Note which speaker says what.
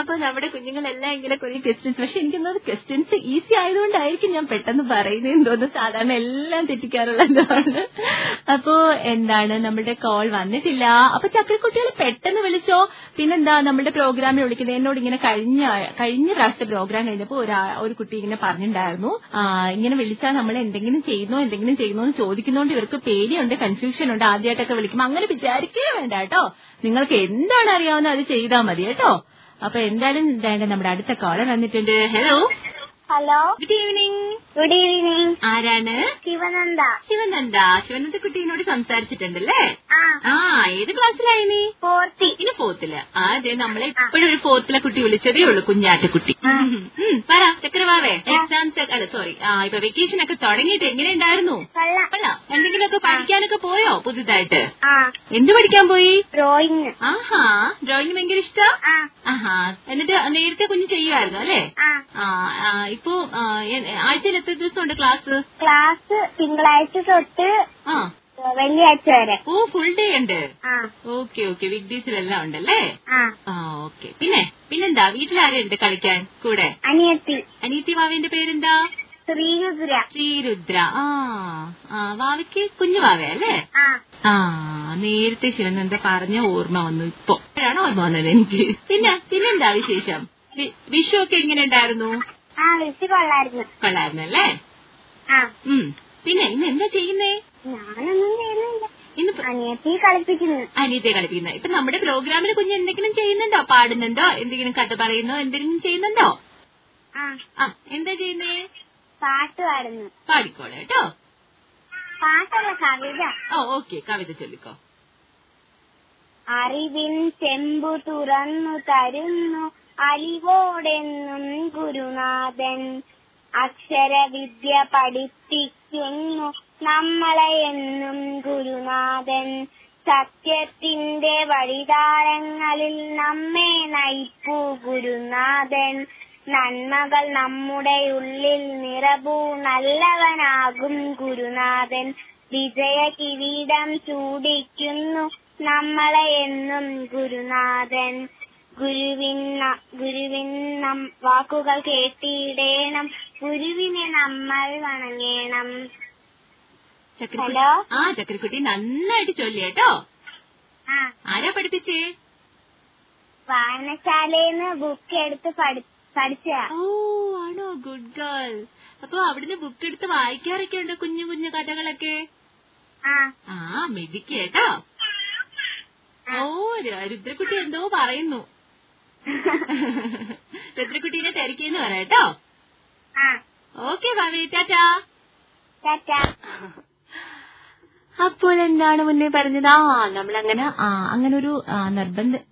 Speaker 1: അപ്പൊ നമ്മുടെ കുഞ്ഞുങ്ങളെല്ലാം ഇങ്ങനെ കുഞ്ഞു ക്വസ്റ്റ്യൻസ് പക്ഷെ എനിക്കുന്നത് ക്വസ്റ്റ്യൻസ് ഈസി ആയതുകൊണ്ടായിരിക്കും ഞാൻ പെട്ടെന്ന് പറയുന്നതെന്ന് തോന്നുന്നു സാധാരണ എല്ലാം തെറ്റിക്കാറുള്ളതാണ് അപ്പോ എന്താണ് നമ്മുടെ കോൾ വന്നിട്ടില്ല അപ്പൊ ചക്കരക്കുട്ടികൾ പെട്ടെന്ന് വിളിച്ചോ പിന്നെന്താ നമ്മുടെ പ്രോഗ്രാമിൽ വിളിക്കുന്നത് എന്നോട് ഇങ്ങനെ കഴിഞ്ഞ കഴിഞ്ഞ പ്രാവശ്യത്തെ പ്രോഗ്രാം കഴിഞ്ഞപ്പോ ഒരാ ഒരു കുട്ടി ഇങ്ങനെ പറഞ്ഞിട്ടുണ്ടായിരുന്നു ആ, ഇങ്ങനെ വിളിച്ചാൽ നമ്മൾ എന്തെങ്കിലും ചെയ്യുന്നോ എന്തെങ്കിലും ചെയ്യുന്നോ എന്ന് ചോദിക്കുന്നോണ്ട് ഇവർക്ക് പേടിയുണ്ട് കൺഫ്യൂഷൻ ഉണ്ട് ആദ്യമായിട്ടൊക്കെ വിളിക്കുമ്പോൾ അങ്ങനെ വിചാരിക്കേ വേണ്ട കേട്ടോ നിങ്ങൾക്ക് എന്താണ് അറിയാവുന്ന അത് ചെയ്താൽ മതി കേട്ടോ അപ്പൊ എന്തായാലും വേണ്ട നമ്മുടെ അടുത്ത കോളർ വന്നിട്ടുണ്ട് hello
Speaker 2: hello
Speaker 1: good evening
Speaker 2: good evening
Speaker 1: ആരാണ്
Speaker 2: ശിവനന്ദ
Speaker 1: ശിവനന്ദ ശിവനന്ദ കുട്ടീനോട് സംസാരിച്ചിട്ടുണ്ടല്ലേ
Speaker 2: ആ
Speaker 1: ആ ഏത് ക്ലാസ്സിലായി നീ
Speaker 2: ഫോർത്തി
Speaker 1: ഇനി ഫോർത്തില് ആ അതെ നമ്മളെ എപ്പോഴും ഒരു ഫോർത്തിലെ കുട്ടി വിളിച്ചതേ ഉള്ളൂ കുഞ്ഞാറ്റക്കുട്ടി
Speaker 2: ആ.
Speaker 1: ഉം, പറ ചക്രവാവേ
Speaker 2: ആ.
Speaker 1: എക്സാംസ് അല്ല സോറി ആ ഇപ്പൊ വെക്കേഷൻ ഒക്കെ തുടങ്ങിയിട്ട് എങ്ങനെ ഉണ്ടായിരുന്നു
Speaker 2: കൊള്ള
Speaker 1: അല്ല എന്തെങ്കിലുമൊക്കെ പഠിക്കാനൊക്കെ പോയോ പുതുതായിട്ട്
Speaker 2: ആ
Speaker 1: എന്ത് പഠിക്കാൻ പോയി
Speaker 2: ഡ്രോയിങ്
Speaker 1: ആഹാ ഡ്രോയിങ് ഭയങ്കര ഇഷ്ടാ
Speaker 2: ആ
Speaker 1: ആഹാ എന്നിട്ട് നേരത്തെ കുഞ്ഞ് ചെയ്യുമായിരുന്നു അല്ലേ
Speaker 2: ആ
Speaker 1: ആ, ആ, ഇപ്പോ ആ, എ- ആഴ്ചയിൽ എത്ര ദിവസമുണ്ട് ക്ലാസ്
Speaker 2: ക്ലാസ് തിങ്കളാഴ്ച തൊട്ട്
Speaker 1: ആ
Speaker 2: വെള്ളിയാഴ്ച വരെ
Speaker 1: ഓ ഫുൾ ഡേ ഉണ്ട്
Speaker 2: ആ
Speaker 1: ഓക്കെ ഓക്കെ വീക്ക് ഡേയ്സിലെല്ലാം ഉണ്ടല്ലേ
Speaker 2: ആ
Speaker 1: ആ ഓക്കെ പിന്നെ പിന്നെന്താ വീട്ടിലാരുണ്ട് കളിക്കാൻ കൂടെ
Speaker 2: അനിയത്തി
Speaker 1: അനീത്തി വാവേന്റെ പേരെന്താ
Speaker 2: ശ്രീരുദ്ര
Speaker 1: ശ്രീരുദ്ര ആ ആ, വാവയ്ക്ക് കുഞ്ഞു വാവ അല്ലേ
Speaker 2: ആ
Speaker 1: ആ നേരത്തെ ശിവനന്ദ പറഞ്ഞ ഓർമ്മ വന്നു ഇപ്പൊ അപ്പോഴാണ് ഓർമ്മ വന്നത് എനിക്ക് പിന്നെ പിന്നെന്താ വിശേഷം വി- വിഷു ഒക്കെ എങ്ങനെ ഉണ്ടായിരുന്നു
Speaker 2: ആ വിളിച്ചു കൊള്ളായിരുന്നു
Speaker 1: കൊള്ളായിരുന്നു അല്ലേ
Speaker 2: ആ
Speaker 1: ഉം പിന്നെ ഇന്ന് എന്താ ചെയ്യുന്നേ
Speaker 2: ഞാനൊന്നും ചെയ്യുന്നില്ല
Speaker 1: ഇന്ന്
Speaker 2: അനിയത്തി കളിപ്പിക്കുന്നു
Speaker 1: അനിയത്തെ കളിപ്പിക്കുന്നത് ഇപ്പൊ നമ്മുടെ പ്രോഗ്രാമിൽ കുഞ്ഞ് എന്തെങ്കിലും ചെയ്യുന്നുണ്ടോ പാടുന്നുണ്ടോ എന്തെങ്കിലും കഥ പറയുന്നോ എന്തെങ്കിലും ചെയ്യുന്നുണ്ടോ
Speaker 2: ആ
Speaker 1: ആ എന്താ ചെയ്യുന്നേ
Speaker 2: പാട്ട് പാടുന്നു
Speaker 1: പാടിക്കോളൂ കേട്ടോ
Speaker 2: പാട്ടുള്ള കവിത
Speaker 1: ഓ ഓക്കെ കവിത ചൊല്ലിക്കോ
Speaker 2: അറിവിൻ ചെമ്പു തുറന്നു തരുന്നു അലിവോടെന്നും ഗുരുനാഥൻ അക്ഷരവിദ്യ പഠിപ്പിക്കുന്നു നമ്മളെ എന്നും ഗുരുനാഥൻ സത്യത്തിന്റെ വഴിതാരങ്ങളിൽ നമ്മെ നയിപ്പൂ ഗുരുനാഥൻ നന്മകൾ നമ്മുടെ ഉള്ളിൽ നിറപൂ നല്ലവനാകും ഗുരുനാഥൻ വിജയ കിരീടം ചൂടിക്കുന്നു നമ്മളെ എന്നും ഗുരുനാഥൻ ഗുരുവിൻ ന- ഗുരുവിൻ നം വാക്കുകൾ കേട്ടിടേണം ഗുരുവിനെ നമ്മൾ വണങ്ങേണം
Speaker 1: ചക്രക്കുട്ടി
Speaker 2: ഹലോ
Speaker 1: ആ ചക്രക്കുട്ടി നന്നായിട്ട് ചൊല്ലി കേട്ടോ
Speaker 2: ആ
Speaker 1: ആരാ പഠിപ്പിച്ചേ
Speaker 2: വായനശാലയിന്ന് ബുക്ക് എടുത്ത് പഠി- പഠിച്ചതാ
Speaker 1: ഓ ആണോ ഗുഡ് ഗേൾ അപ്പൊ അവിടുന്ന് ബുക്ക് എടുത്ത് വായിക്കാറൊക്കെ ഉണ്ടോ കുഞ്ഞു കുഞ്ഞു കഥകളൊക്കെ
Speaker 2: ആ
Speaker 1: ആ മെതിക്ക് കേട്ടോ ഓ ര- രുദ്രക്കുട്ടി എന്തോ പറയുന്നു രുദ്രക്കുട്ടീനെ തിരക്കിയെന്ന് പറയാട്ടോ
Speaker 2: ആ
Speaker 1: ഓക്കെ ഭാവി ടാറ്റാ
Speaker 2: ടാറ്റാ
Speaker 1: അപ്പോൾ എന്താണ് മുന്നേ പറഞ്ഞത് ആ നമ്മളങ്ങനെ ആ അങ്ങനെ ഒരു നിർബന്ധ